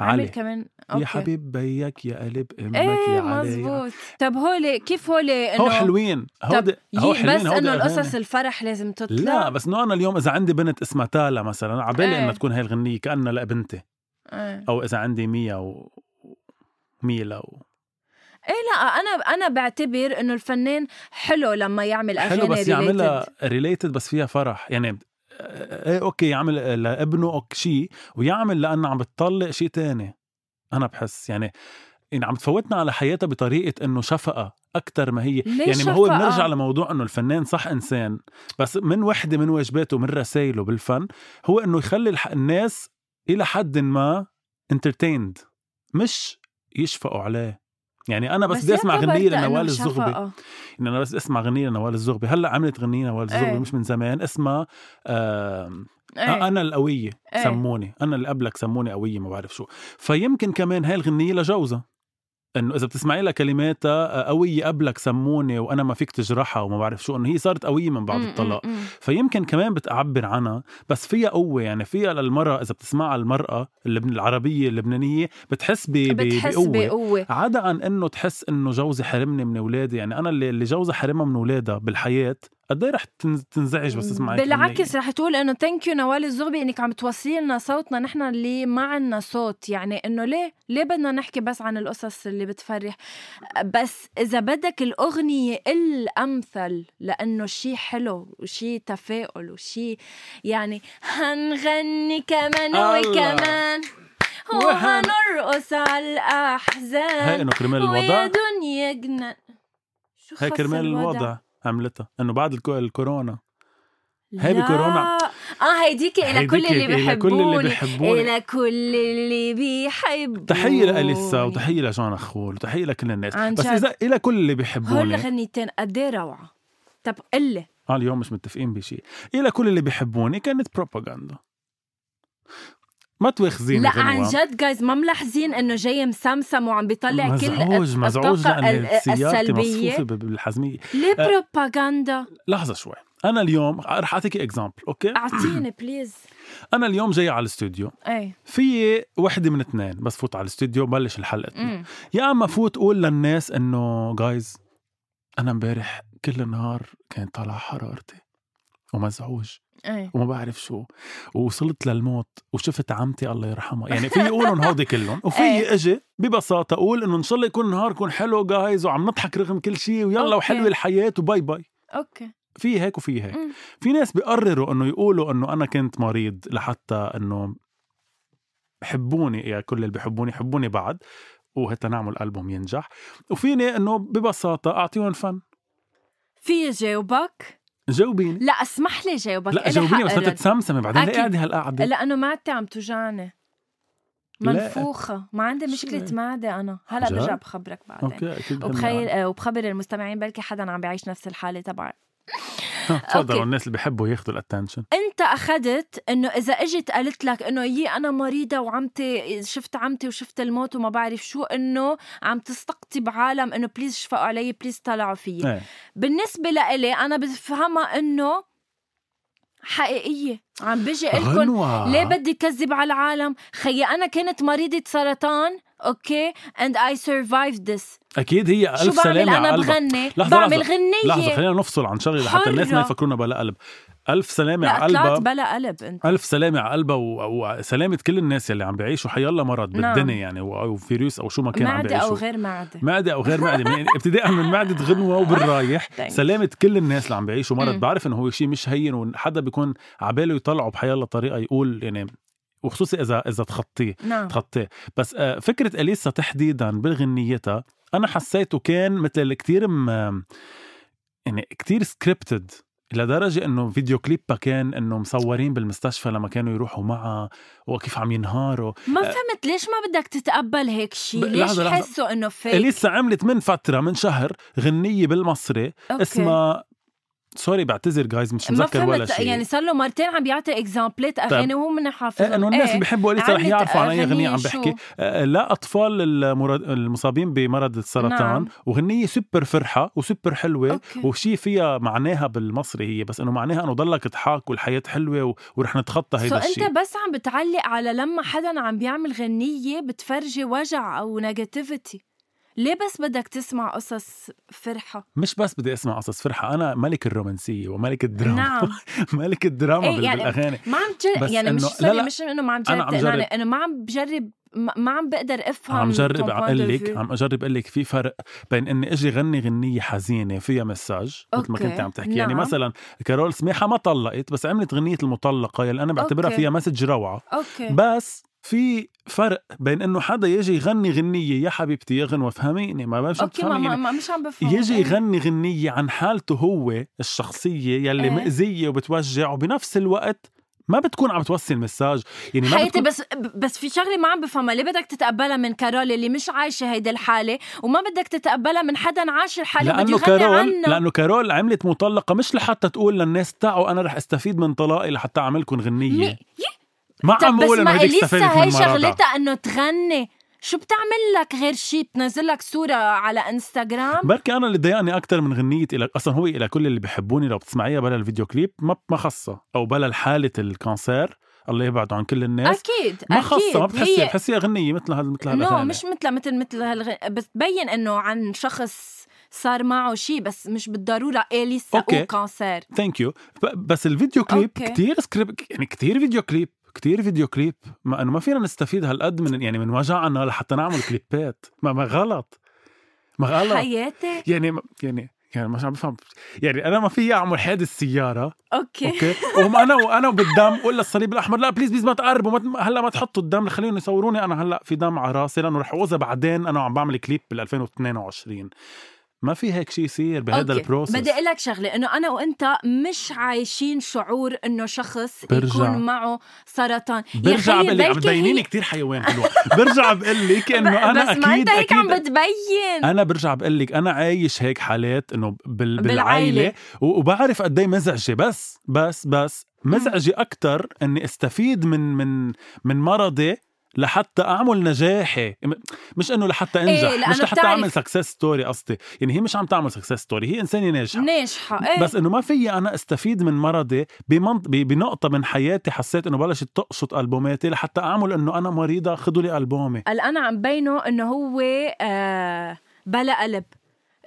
A: عمل
B: علي
A: كمان
B: يا حبيب بيك يا قلب امك
A: ايه
B: يا علي يا
A: مزبوط طب هولي كيف هولي
B: هو
A: انه
B: حلوين
A: طب
B: هودي
A: يي-
B: هو حلوين
A: بس
B: هودي
A: انه
B: أغاني.
A: القصص الفرح لازم تطلع
B: لا بس انه انا اليوم اذا عندي بنت اسمها تالا مثلا عبالي
A: إيه.
B: انها تكون هاي الغنيه كانها لبنتي
A: ايه
B: او اذا عندي ميا و ميلا و...
A: إيه لا انا انا بعتبر انه الفنان حلو لما يعمل اغاني
B: حلو بس يعملها
A: related.
B: ريليتد بس فيها فرح يعني ايه اوكي يعمل لابنه اوكي شيء ويعمل لانه عم بتطلق شيء تاني انا بحس يعني يعني عم تفوتنا على حياتها بطريقه انه شفقه اكثر ما هي
A: ليه
B: يعني ما هو
A: شفقة؟
B: بنرجع لموضوع انه الفنان صح انسان بس من وحده من واجباته من رسائله بالفن هو انه يخلي الح- الناس الى حد ما انترتيند مش يشفقوا عليه يعني انا بس, بدي اسمع
A: يعتبر
B: غنيه
A: كأنه
B: لنوال الزغبي
A: شفقة.
B: ان انا بس اسمع غنيه لنوال الزغبي هلا عملت غنيه نوال الزغبي
A: إيه.
B: ايه. مش من زمان اسمها آه
A: إيه.
B: ايه. انا القويه
A: إيه.
B: ايه. سموني انا اللي قبلك سموني قويه ما بعرف شو فيمكن كمان هاي الغنيه لجوزها انه اذا بتسمعي لها كلماتها آه، قويه قبلك سموني وانا ما فيك تجرحها وما بعرف شو انه هي صارت قويه من بعد
A: م- م-
B: الطلاق
A: م.
B: فيمكن كمان بتعبر عنها بس فيها قوة يعني فيها للمرأة إذا بتسمعها المرأة اللبن- العربية اللبنانية بتحس, ب... ب...
A: بتحس
B: بقوة
A: بقوه
B: عدا عن انه تحس انه جوزي حرمني من اولادي يعني انا اللي اللي جوزي حرمها من اولادها بالحياه قد ايه رح تنز- تنزعج بس يعني- تسمعي
A: بالعكس رح تقول انه ثانك يو نوال الزغبي انك عم توصلي لنا صوتنا نحن اللي ما عنا صوت يعني انه ليه ليه بدنا نحكي بس عن القصص اللي بتفرح بس اذا بدك الاغنيه الامثل لانه شيء حلو وشيء تفاؤل وشيء يعني هنغني كمان
B: الله.
A: وكمان
B: وهن-
A: وهنرقص على
B: هاي
A: الاحزان
B: انه كرمال
A: ويا
B: الوضع
A: دنيا جنان شو
B: هاي
A: خص
B: كرمال الوضع عملتها انه بعد الكو- الكورونا هاي
A: لا.
B: بكورونا.
A: اه هيديك الى كل
B: هيديك
A: اللي إيه،
B: إلى كل
A: بيحبوني
B: اللي بيحبوني.
A: الى كل اللي بيحبوني
B: تحية لأليسا وتحية لجون أخول وتحية لكل الناس
A: إيه. عن
B: بس
A: جد.
B: إذا إلى كل اللي
A: هول
B: بيحبوني
A: غنيتين قد ايه روعه طب قلي
B: اه اليوم مش متفقين بشيء إلى كل اللي بيحبوني كانت بروباغندا ما تواخذيني
A: لا
B: غنوة.
A: عن جد جايز ما ملاحظين انه جاي مسمسم وعم بيطلع
B: مزعوج
A: كل
B: مزعوج
A: الطاقه ال-
B: لأن سيارتي
A: السلبيه
B: مصفوفة ب- بالحزمية
A: ليه بروباغندا
B: لحظة شوي أنا اليوم رح أعطيك إكزامبل أوكي
A: اعطيني بليز
B: أنا اليوم جاي على الاستوديو
A: ايه
B: في وحده من اثنين بس فوت على الاستوديو بلش الحلقه
A: أمم.
B: يا اما فوت قول للناس انه جايز انا امبارح كل النهار كان طالع حرارتي ومزعوج
A: ايه
B: وما بعرف شو ووصلت للموت وشفت عمتي الله يرحمها يعني في يقولهم هودي كلهم وفي
A: إيه.
B: اجي ببساطه اقول انه ان شاء الله يكون نهاركم حلو جايز وعم نضحك رغم كل شيء ويلا
A: أوكي.
B: وحلوه الحياه وباي باي
A: اوكي
B: في هيك وفي هيك
A: مم.
B: في ناس بيقرروا انه يقولوا انه انا كنت مريض لحتى انه حبوني يا كل اللي بحبوني حبوني بعد وحتى نعمل البوم ينجح وفيني انه ببساطه اعطيهم فن
A: في جاوبك
B: جاوبيني
A: لا اسمح لي جاوبك
B: لا
A: إلي
B: جاوبيني
A: حق
B: بس ما
A: رد.
B: تتسمسمي بعدين ليه
A: أكيد.
B: قاعده هالقعده
A: لانه معدتي عم توجعني
B: لا.
A: منفوخه ما عندي مشكله
B: شو؟
A: معده انا هلا
B: جد؟
A: برجع بخبرك بعدين
B: اوكي اكيد بهم
A: وبخيل
B: يعني.
A: آه، وبخبر المستمعين بلكي حدا عم بيعيش نفس الحاله تبعي
B: تفضلوا
A: أوكي.
B: الناس اللي بيحبوا ياخذوا الاتنشن
A: انت اخذت انه اذا اجت قالت لك انه يي انا مريضه وعمتي شفت عمتي وشفت الموت وما بعرف شو انه عم تستقطب عالم انه بليز شفقوا علي بليز طلعوا فيي
B: ايه
A: بالنسبه لإلي انا بفهمها انه حقيقيه عم بيجي لكم
B: غنوة
A: ليه بدي كذب على العالم خيي انا كنت مريضه سرطان اوكي اند اي سرفايف ذس
B: اكيد هي الف
A: شو بعمل
B: سلامه
A: انا
B: على قلبك
A: بغني
B: لحظة،
A: بعمل
B: لحظة.
A: غنيه
B: لحظه خلينا نفصل عن شغله لحتى الناس ما
A: حرة.
B: يفكرونا بلا قلب الف سلامه
A: لا
B: على
A: طلعت
B: قلبها
A: بلا قلب انت
B: الف سلامه على قلبها و- وسلامه كل الناس اللي عم بيعيشوا حيالله مرض
A: نعم.
B: بالدنيا يعني و- او فيروس او شو ما كان عم
A: معده او
B: بيعيشوا
A: غير معده
B: معدة أو غير معدة من ابتداء من معدة غنوة وبالرايح
A: Thanks.
B: سلامة كل الناس اللي عم بيعيشوا مرض
A: مم.
B: بعرف إنه هو شيء مش هين وحدا بيكون عباله يطلعه بحيالله طريقة يقول يعني وخصوصي إذا إذا تخطيه
A: نعم
B: تخطيه بس آه، فكرة أليسا تحديدا بالغنيتها أنا حسيته كان مثل اللي كتير م... يعني كتير سكريبتد لدرجة انه فيديو كليبها كان انه مصورين بالمستشفى لما كانوا يروحوا معها وكيف عم ينهاروا
A: ما فهمت ليش ما بدك تتقبل هيك شيء
B: آه. ب-
A: ليش
B: لحظة، لحظة.
A: حسوا انه فيك
B: اليسا عملت من فترة من شهر غنية بالمصري
A: أوكي.
B: اسمها سوري بعتذر جايز مش
A: ما
B: مذكر ولا
A: فهمت
B: شيء
A: يعني صار له مرتين عم بيعطي اكزامبلات اغاني وهو من حافظهم
B: إيه، انه الناس اللي
A: إيه.
B: بيحبوا اليسا رح
A: عملت
B: يعرفوا عن اي
A: أغنية
B: غنية عم
A: شو؟
B: بحكي آه، لا اطفال المرا- المصابين بمرض السرطان
A: نعم.
B: وغنية سوبر فرحة وسوبر حلوة
A: أوكي.
B: وشي فيها معناها بالمصري هي بس انه معناها انه ضلك تضحك والحياة حلوة و- ورح نتخطى
A: سو
B: هيدا
A: انت
B: الشيء
A: بس عم بتعلق على لما حدا عم بيعمل غنية بتفرجي وجع او نيجاتيفيتي ليه بس بدك تسمع قصص فرحة؟
B: مش بس بدي اسمع قصص فرحة انا ملك الرومانسية وملك الدراما
A: نعم
B: ملك الدراما
A: إيه،
B: بال-
A: يعني
B: بالاغاني
A: ما عم جرب
B: بس
A: يعني مش
B: إنه- لا،
A: سوري
B: لا.
A: مش انه ما عم
B: أنا
A: جرب
B: عم
A: تقنعني
B: جرب.
A: انه ما عم بجرب ما ما عم بقدر افهم
B: عم
A: ton point
B: جرب اقول
A: de
B: لك
A: vue.
B: عم اجرب اقول لك في فرق بين اني اجي غني غنيه حزينه فيها مساج مثل ما
A: أوكي،
B: كنت عم تحكي نعم. يعني
A: نعم.
B: مثلا كارول سميحه ما طلقت بس عملت غنيه المطلقه يلي انا بعتبرها
A: أوكي. إيه.
B: فيها مسج روعه
A: اوكي
B: بس في فرق بين انه حدا يجي يغني غنيه يا حبيبتي يا غنوه فهميني ما بعرف شو
A: اوكي ما,
B: بتفهمي
A: ما,
B: يعني
A: ما مش عم بفهم
B: يجي
A: إيه.
B: يغني غنيه عن حالته هو الشخصيه يلي
A: إيه.
B: مأذيه وبتوجع وبنفس الوقت ما بتكون عم توصل مساج يعني ما
A: حياتي
B: بتكون
A: بس بس في شغله ما عم بفهمها ليه بدك تتقبلها من كارول اللي مش عايشه هيدي الحاله وما بدك تتقبلها من حدا عاش الحاله بده
B: لانه
A: يغني
B: كارول
A: عنها
B: لانه كارول عملت مطلقه مش لحتى تقول للناس تعوا انا رح استفيد من طلاقي لحتى اعملكم غنيه
A: مي- يي-
B: ما
A: طب
B: عم
A: بس
B: بقول انه
A: ما
B: هيديك
A: اليسا
B: استفادت من
A: هي
B: مرضها
A: شغلتها انه تغني شو بتعمل لك غير شيء بتنزل لك صوره على انستغرام
B: بركي انا اللي ضايقني اكثر من غنيه الى اصلا هو الى كل اللي بحبوني لو بتسمعيها بلا الفيديو كليب ما ما خصها او بلا حاله الكانسير الله يبعده عن كل الناس
A: اكيد
B: ما
A: اكيد
B: خصها ما بتحسيها
A: هي
B: بتحسيها غنيه مثل هذا مثل
A: نو
B: هذا
A: مش مثل مثل مثل هالغ... بتبين انه عن شخص صار معه شيء بس مش بالضروره اليسا
B: أوكي.
A: او كانسير
B: ثانك يو بس الفيديو كليب
A: أوكي.
B: كتير سكريب يعني كتير فيديو كليب كتير فيديو كليب ما انه ما فينا نستفيد هالقد من يعني من وجعنا لحتى نعمل كليبات ما ما غلط ما غلط
A: حياتي
B: يعني ما- يعني يعني مش عم بفهم يعني انا ما في اعمل حادث سياره
A: اوكي
B: اوكي وهم انا وانا وبالدم ولا الصليب الاحمر لا بليز بليز ما تقربوا ما ت- هلا ما تحطوا الدم خليهم يصوروني انا هلا في دم على راسي لانه رح اوزى بعدين انا عم بعمل كليب بال 2022 ما في هيك شيء يصير
A: أوكي.
B: بهذا البروسس
A: بدي اقول لك شغله انه انا وانت مش عايشين شعور انه شخص
B: برجع.
A: يكون معه سرطان يا
B: برجع
A: خيي
B: بقول لك عم
A: بركي
B: تبينيني
A: هي-
B: كثير حيوان حلوة برجع بقول لك انه انا
A: بس ما
B: اكيد
A: انت هيك عم
B: اكيد
A: بتبين
B: انا برجع بقول لك انا عايش هيك حالات انه بال... بالعائله
A: بالعائلة.
B: و- وبعرف قد ايه مزعجه بس بس بس مزعجه اكثر اني استفيد من من من مرضي لحتى اعمل نجاحي م- مش انه لحتى انجح
A: إيه، لأنه
B: مش لحتى
A: بتعرف-
B: اعمل سكسس ستوري قصدي يعني هي مش عم تعمل سكسس ستوري هي انسانه ناجحه
A: ناجحه ايه
B: بس انه ما فيي انا استفيد من مرضي بمنط... ب- بنقطه من حياتي حسيت انه بلشت تقشط البوماتي لحتى اعمل انه انا مريضه خذوا لي البومي
A: هلا انا عم بينه انه هو آه بلا قلب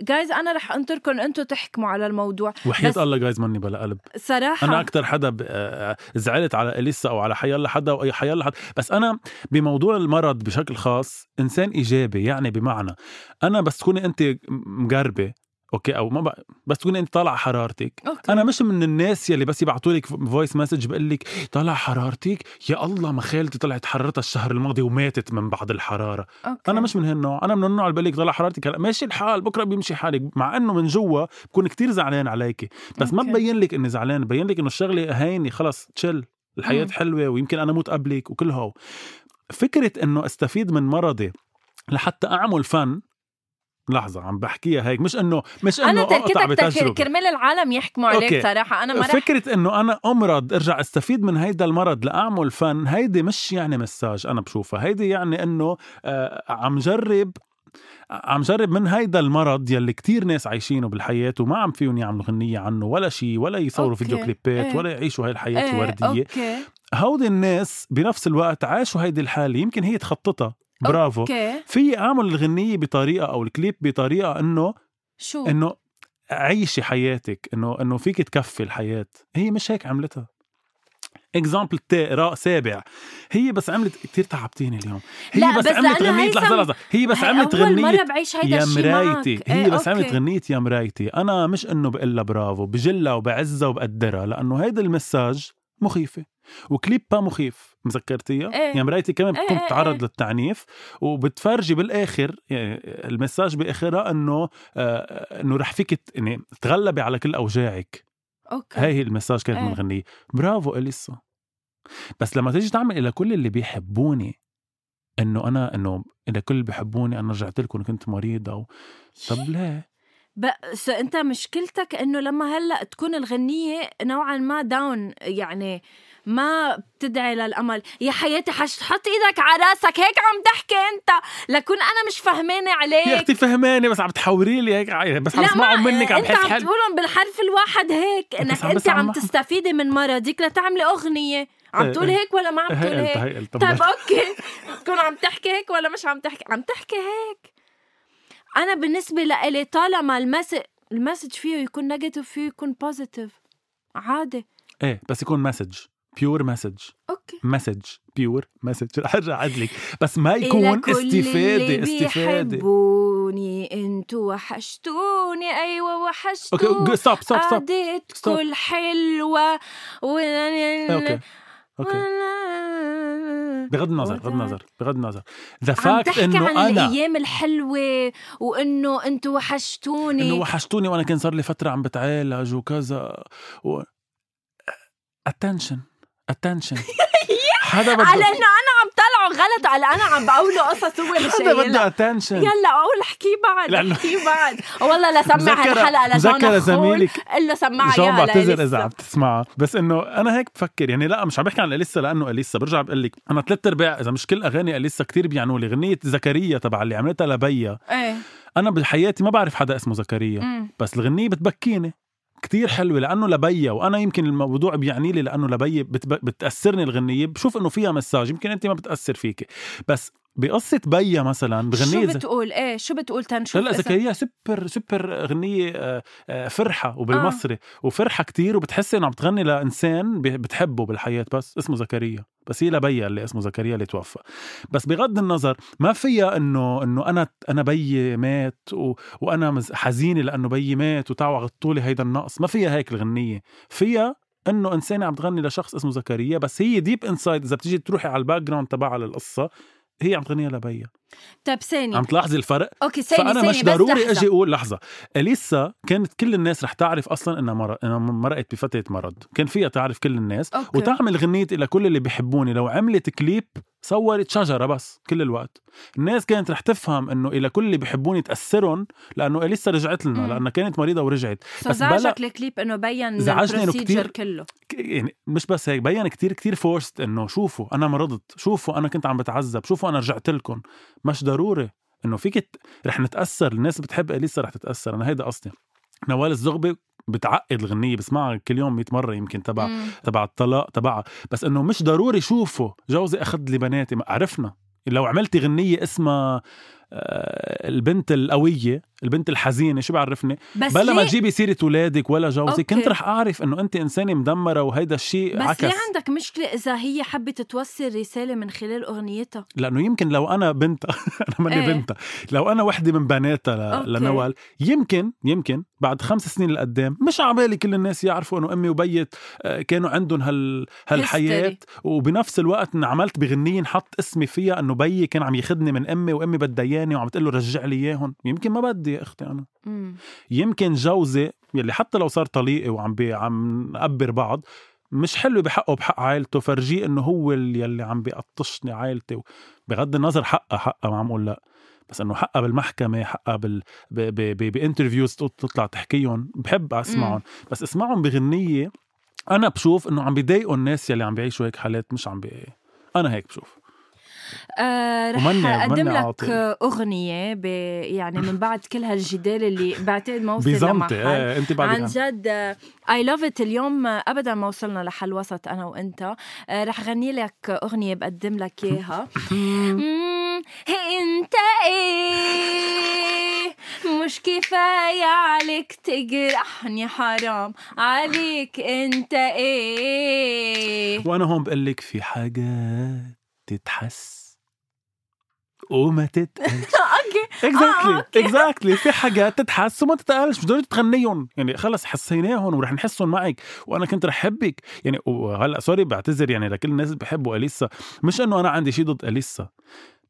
A: جايز انا رح انطركم انتم تحكموا على الموضوع
B: وحياه
A: بس-
B: الله جايز مني بلا قلب
A: صراحه
B: انا اكثر حدا ب- آه، زعلت على اليسا او على حيالله حدا واي حيالله حدا بس انا بموضوع المرض بشكل خاص انسان ايجابي يعني بمعنى انا بس تكوني انت مقربه اوكي او ما بق... بس تكوني انت طالعه حرارتك
A: أوكي.
B: انا مش من الناس يلي بس يبعثوا لك فويس مسج بقول لك طالع حرارتك يا الله ما خالتي طلعت حرارتها الشهر الماضي وماتت من بعد الحراره
A: أوكي.
B: انا مش من هالنوع انا من النوع اللي بقول لك طلع حرارتك هلا ماشي الحال بكره بيمشي حالك مع انه من جوا بكون كتير زعلان عليك بس ما
A: أوكي.
B: ببين لك اني زعلان ببين لك انه الشغله هينه خلص تشل الحياه
A: مم.
B: حلوه ويمكن انا موت قبلك وكل هو فكره انه استفيد من مرضي لحتى اعمل فن لحظه عم بحكيها هيك مش انه مش انه
A: انا
B: اقطع
A: تركتك تك-
B: بتجربه
A: كرمال العالم يحكموا عليك
B: أوكي.
A: صراحه انا ما رح
B: فكرة انه انا امرض ارجع استفيد من هيدا المرض لاعمل فن هيدي مش يعني مساج انا بشوفها هيدي يعني انه آه، عم جرب عم جرب من هيدا المرض يلي كتير ناس عايشينه بالحياة وما عم فيهم يعملوا غنية عنه ولا شيء ولا يصوروا
A: أوكي.
B: فيديو كليبات
A: إيه.
B: ولا يعيشوا هاي الحياة
A: إيه،
B: الوردية
A: اوكي
B: هودي الناس بنفس الوقت عاشوا هيدي الحالة يمكن هي تخططها برافو
A: اوكي
B: في اعمل الغنية بطريقة او الكليب بطريقة انه
A: شو
B: انه عيشي حياتك انه انه فيك تكفي الحياه هي مش هيك عملتها اكزامبل تا سابع هي بس عملت كتير تعبتيني اليوم هي
A: لا، بس
B: بس, عملت
A: لأنه
B: غنيه
A: هيثم-
B: لحظه لحظه هي بس
A: هاي
B: عملت
A: اول مره
B: غنيه
A: بعيش هيدا
B: يا
A: الشيء
B: مرايتي
A: معك.
B: هي
A: إيه،
B: بس عملت
A: أوكي.
B: غنيه يا مرايتي انا مش انه بقلها برافو بجلها وبعزها وبقدرها لانه هيدا المساج مخيفه وكليبها مخيف مذكرتيها
A: إيه.
B: يا مرايتي كمان
A: إيه،
B: بتكون
A: إيه،
B: بتتعرض
A: إيه.
B: للتعنيف وبتفرجي بالاخر يعني المساج باخرها انه آه، انه رح فيك ت- يعني تغلبي على كل اوجاعك
A: اوكي
B: هاي هي المساج كانت من
A: إيه.
B: الغنية برافو اليسا بس لما تيجي تعمل الى كل اللي بيحبوني انه انا انه الى كل اللي بيحبوني انا رجعت لكم كنت مريضه و... طب ليه؟
A: بس انت مشكلتك انه لما هلا تكون الغنيه نوعا ما داون يعني ما بتدعي للامل يا حياتي حش حط ايدك على راسك هيك عم تحكي انت لكون انا مش فهمانه عليك
B: يا اختي فهماني بس عم تحوري لي هيك ع- بس عم اسمعهم منك عم
A: انت
B: بحس
A: عم
B: حلو
A: تقولهم بالحرف الواحد هيك انك
B: بس عم
A: انت
B: بسمع
A: عم
B: معهم.
A: تستفيدي من مرضك لتعملي اغنيه عم
B: إيه،
A: تقول
B: إيه.
A: هيك ولا ما عم تقول
B: هي قلت
A: هيك
B: هي قلت
A: طيب اوكي تكون عم تحكي هيك ولا مش عم تحكي عم تحكي هيك انا بالنسبه لإلي طالما المسج المسج فيه يكون نيجاتيف فيه يكون بوزيتيف عادي
B: ايه بس يكون مسج بيور مسج
A: اوكي
B: مسج بيور مسج رح ارجع عدلك بس ما
A: إلى
B: يكون
A: كل
B: استفاده
A: اللي
B: استفاده
A: بيحبوني انتوا وحشتوني ايوه
B: اوكي
A: وحشتوني
B: اوكي ستوب ستوب ستوب
A: قعدتكم
B: ستوب.
A: الحلوة و...
B: اوكي اوكي بغض النظر بغض النظر بغض النظر ذا
A: عم
B: فاكت
A: تحكي عن
B: انه انا
A: الأيام الحلوة وإنه أنتوا
B: انه
A: وحشتوني
B: وحشتوني وانا كان صار لي فتره عم بتعالج وكذا و... اتنشن اتنشن حدا
A: على
B: بده
A: إنه أنا عم طلعه غلط على أنا عم بقوله قصص هو مش
B: حدا
A: قايلها.
B: بده اتنشن
A: يلا قول احكي بعد
B: لأنه-
A: احكي بعد والله لا سمع
B: مذكرة-
A: هالحلقة لجونا
B: مذكرة
A: خول
B: زميلك
A: قل له سمعها
B: جون
A: إياها
B: بعتذر
A: لإليسا.
B: اذا عم تسمعها بس انه انا هيك بفكر يعني لا مش عم بحكي عن اليسا لانه اليسا برجع بقول لك انا ثلاث ارباع اذا مش كل اغاني اليسا كتير بيعنوا لي اغنيه زكريا تبع اللي عملتها لبيا
A: إيه
B: انا بحياتي ما بعرف حدا اسمه زكريا
A: أمم.
B: بس الغنية بتبكيني كتير حلوة لأنه لبيا وأنا يمكن الموضوع بيعني لي لأنه لبيا بتب... بتأثرني الغنية بشوف إنه فيها مساج يمكن أنت ما بتأثر فيكي بس بقصة بيا مثلا
A: شو
B: بغنية زك-
A: بتقول إيه شو بتقول تنشوف
B: هلا زكريا سوبر سوبر غنية آه، آه، فرحة وبالمصري وفرحة كتير وبتحسي إنه عم تغني لإنسان ب- بتحبه بالحياة بس اسمه زكريا بس هي لبيا اللي اسمه زكريا اللي توفى بس بغض النظر ما فيها انه انه انا انا بيي مات و وانا مز- حزينه لانه بيي مات وتعوا غطولي هيدا النقص ما فيها هيك الغنيه فيها انه انسانه عم تغني لشخص اسمه زكريا بس هي ديب انسايد اذا بتيجي تروحي على الباك جراوند تبعها للقصه هي عم تغنيها لبيا
A: طيب ثانية
B: عم تلاحظي الفرق
A: أوكي ثانية
B: فانا
A: ثانية
B: مش
A: بس
B: ضروري
A: لحظة.
B: اجي اقول لحظه اليسا كانت كل الناس رح تعرف اصلا انها مر... انها مرقت بفتره مرض كان فيها تعرف كل الناس
A: أوكي.
B: وتعمل غنية إلى كل اللي بيحبوني لو عملت كليب صورت شجرة بس كل الوقت الناس كانت رح تفهم انه إلى كل اللي بيحبوني تأثرهم لأنه إليسا رجعت لنا
A: مم.
B: لأنها كانت مريضة ورجعت
A: سو
B: بس بلا-
A: زعجك الكليب انه بين
B: زعجني إنه
A: البروسيجر
B: كتير-
A: كله
B: ك- يعني مش بس هيك بين كتير كتير فورست انه شوفوا انا مرضت شوفوا انا كنت عم بتعذب شوفوا انا رجعت لكم مش ضروري انه فيك ت- رح نتاثر الناس بتحب اليسا رح تتاثر انا هيدا قصدي نوال الزغبي بتعقد الغنية بسمعها كل يوم 100 مرة يمكن تبع
A: مم.
B: تبع الطلاق تبعها بس انه مش ضروري شوفوا جوزي اخذ لي بناتي ما عرفنا لو عملتي غنية اسمها آه، البنت القوية البنت الحزينة شو بعرفني
A: بس
B: بلا ما
A: ليه
B: تجيبي سيرة ولادك ولا جوزي
A: أوكي.
B: كنت رح أعرف إنه أنت إنسانة مدمرة وهيدا الشيء
A: بس يعني؟ ليه
B: عكس
A: عندك مشكلة إذا هي حبت توصل رسالة من خلال أغنيتها؟
B: لأنه يمكن لو أنا بنتها أنا ماني
A: إيه.
B: ايه. بنتها لو أنا وحدة من بناتها
A: أوكي.
B: ل... لنوال يمكن يمكن بعد خمس سنين لقدام مش عبالي كل الناس يعرفوا إنه أمي وبيت آه، كانوا عندهم هال هالحياة وبنفس الوقت إن عملت بغنية نحط اسمي فيها إنه بيي كان عم ياخذني من أمي وأمي بدها إياني وعم تقول له رجع لي إياهم يمكن ما بدي يا أختي أنا
A: مم.
B: يمكن جوزي يلي حتى لو صار طليقي وعم بي عم نقبر بعض مش حلو بحقه بحق عائلته فرجيه انه هو اللي يلي عم بيقطشني عائلتي و- بغض النظر حقها حقها ما عم اقول لا بس انه حقها بالمحكمه حقها بال ب- ب- ب- بانترفيوز تط- تطلع تحكيهم بحب اسمعهم بس اسمعهم بغنيه انا بشوف انه عم بيضايقوا الناس يلي عم بيعيشوا هيك حالات مش عم بي... انا هيك بشوف
A: آه رح
B: ومنى-
A: اقدم
B: منى
A: لك
B: عاطل.
A: اغنيه ب... يعني من بعد كل هالجدال اللي بعتقد ما وصلنا مع
B: بيزنطي
A: حل
B: ايه انت بعدك
A: عن جد آه، اي لاف ات اليوم آه، ابدا ما وصلنا لحل وسط انا وانت آه، رح غني لك اغنيه بقدم لك اياها مم، انت ايه مش كفايه عليك تجرحني حرام عليك انت ايه
B: وانا هون بقول لك في حاجات تتحس وما تتقالش
A: اوكي آه،
B: اكزاكتلي
A: أوكي.
B: اكزاكتلي في حاجات تتحس وما تتقالش مش ضروري تغنيهم يعني خلص حسيناهم ورح نحسهم معك وانا كنت رح حبك يعني وهلا سوري بعتذر يعني لكل الناس اللي بحبوا اليسا مش انه انا عندي شيء ضد اليسا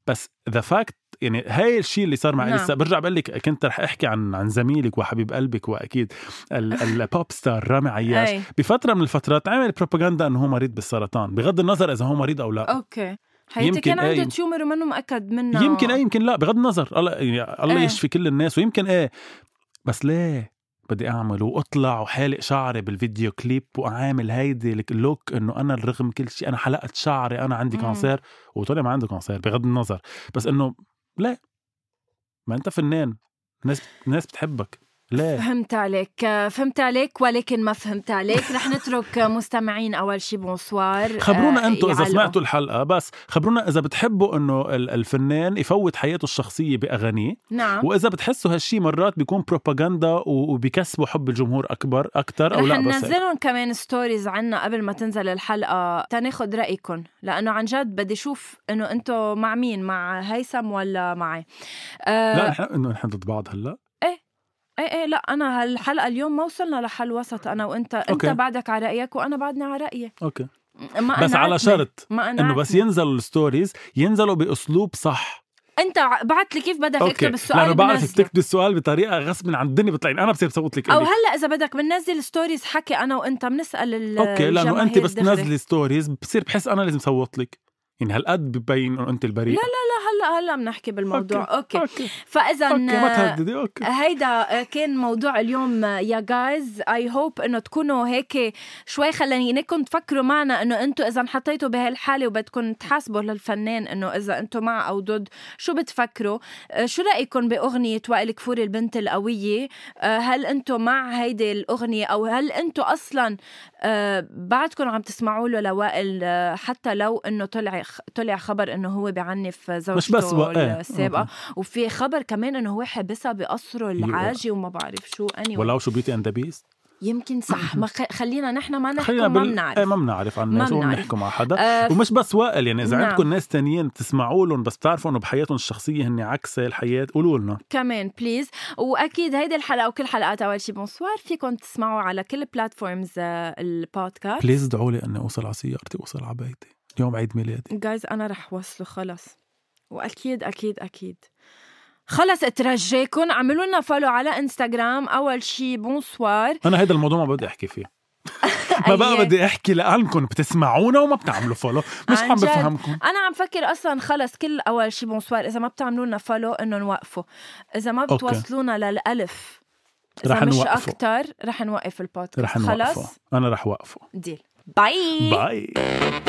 B: بس ذا فاكت يعني هاي الشيء اللي صار مع
A: نعم.
B: اليسا برجع بقول لك كنت رح احكي عن عن زميلك وحبيب قلبك واكيد ال- البوب ستار رامي عياش
A: أي.
B: بفتره من الفترات عمل بروباغندا انه هو مريض بالسرطان بغض النظر اذا هو مريض او لا
A: اوكي حياتي
B: يمكن
A: كان
B: إيه،
A: عنده
B: يمكن-
A: تيومر ومنه مأكد منه
B: يمكن ايه يمكن لا بغض النظر الله يعني الله
A: إيه.
B: يشفي كل الناس ويمكن ايه بس ليه بدي اعمل واطلع وحالق شعري بالفيديو كليب واعامل هيدي لك- اللوك انه انا رغم كل شيء انا حلقت شعري انا عندي
A: مم.
B: كانسير وطلع ما عنده كانسير بغض النظر بس انه ليه ما انت فنان الناس الناس بتحبك ليه
A: فهمت عليك فهمت عليك ولكن ما فهمت عليك رح نترك مستمعين اول شي بونسوار
B: خبرونا
A: آه،
B: انتم اذا
A: يعلقوا.
B: سمعتوا الحلقه بس خبرونا اذا بتحبوا انه ال- الفنان يفوت حياته الشخصيه باغانيه
A: نعم
B: واذا بتحسوا هالشي مرات بيكون بروباغندا و- وبيكسبوا حب الجمهور اكبر اكثر او
A: رح
B: لا بس هيك.
A: ننزلهم كمان ستوريز عنا قبل ما تنزل الحلقة تناخد رأيكم لأنه عن جد بدي شوف إنه أنتوا مع مين مع هيثم ولا معي آه،
B: لا نحن انه نحن ضد بعض هلا
A: ايه ايه لا أنا هالحلقة اليوم ما وصلنا لحل وسط أنا وأنت أنت
B: أوكي.
A: بعدك على رأيك وأنا بعدني على رأيي
B: اوكي
A: ما
B: بس على
A: قنعتني.
B: شرط
A: ما آه، أنا
B: انه بس ينزلوا الستوريز ينزلوا باسلوب صح
A: انت بعت لي كيف بدك اكتب السؤال
B: لانه بعرفك
A: بنزله.
B: تكتبي السؤال بطريقه غصب عن الدنيا بيطلع انا بصير بصوت لك
A: او
B: إلك.
A: هلا اذا بدك بننزل ستوريز حكي انا وانت بنسال ال
B: اوكي لانه انت
A: الجماهير
B: بس
A: دغري.
B: تنزلي ستوريز بصير بحس انا لازم صوت لك يعني هالقد ببين انه انت البريء
A: لا، هلا هلا بنحكي بالموضوع اوكي, أوكي.
B: اوكي
A: فاذا
B: اوكي ما
A: آه،
B: تهددي اوكي
A: هيدا كان موضوع اليوم يا جايز اي هوب انه تكونوا هيك شوي خليناكم تفكروا معنا انه انتم اذا انحطيتوا بهالحاله وبدكم تحاسبوا للفنان انه اذا انتم مع او ضد شو بتفكروا أه، شو رايكم باغنيه وائل كفوري البنت القويه أه، هل انتم مع هيدي الاغنيه او هل انتم اصلا أه، بعدكم عم تسمعوا له لوائل أه، حتى لو انه طلع طلع خبر انه هو بعنف زوجته
B: مش بس وائل.
A: السابقه وفي خبر كمان انه هو حبسها بقصره العاجي وما بعرف شو اني anyway.
B: ولو شو بيوتي اند ذا بيست
A: يمكن صح ما خ... خلينا نحن ما نحكي
B: خلينا
A: ما
B: بال... إيه،
A: بنعرف
B: ما بنعرف عن
A: ما
B: الناس وما
A: بنعرف.
B: بنحكوا مع حدا
A: آه،
B: ومش بس وائل يعني اذا
A: نعم.
B: عندكم ناس تانيين تسمعوا لهم بس بتعرفوا انه بحياتهم الشخصيه هن عكس الحياه قولوا لنا
A: كمان بليز واكيد هيدي الحلقه وكل حلقات اول شي بونسوار فيكم تسمعوا على كل آه، بلاتفورمز البودكاست
B: بليز ادعوا لي اني اوصل على سيارتي اوصل على بيتي اليوم عيد ميلادي
A: جايز انا رح وصله خلص واكيد اكيد اكيد خلص اترجاكم اعملوا لنا فولو على انستغرام اول شي بونسوار
B: انا هذا الموضوع ما بدي احكي فيه ما بقى
A: أيه.
B: بدي احكي لانكم بتسمعونا وما بتعملوا فولو مش
A: عن
B: عم
A: جد.
B: بفهمكم
A: انا عم فكر اصلا خلص كل اول شي بونسوار اذا ما بتعملوا لنا فولو انه نوقفوا اذا ما
B: أوكي.
A: بتوصلونا للالف إذا
B: رح
A: مش
B: نوقفه.
A: اكثر رح نوقف البودكاست
B: رح
A: خلص
B: نوقفه انا رح وقفه
A: ديل باي
B: باي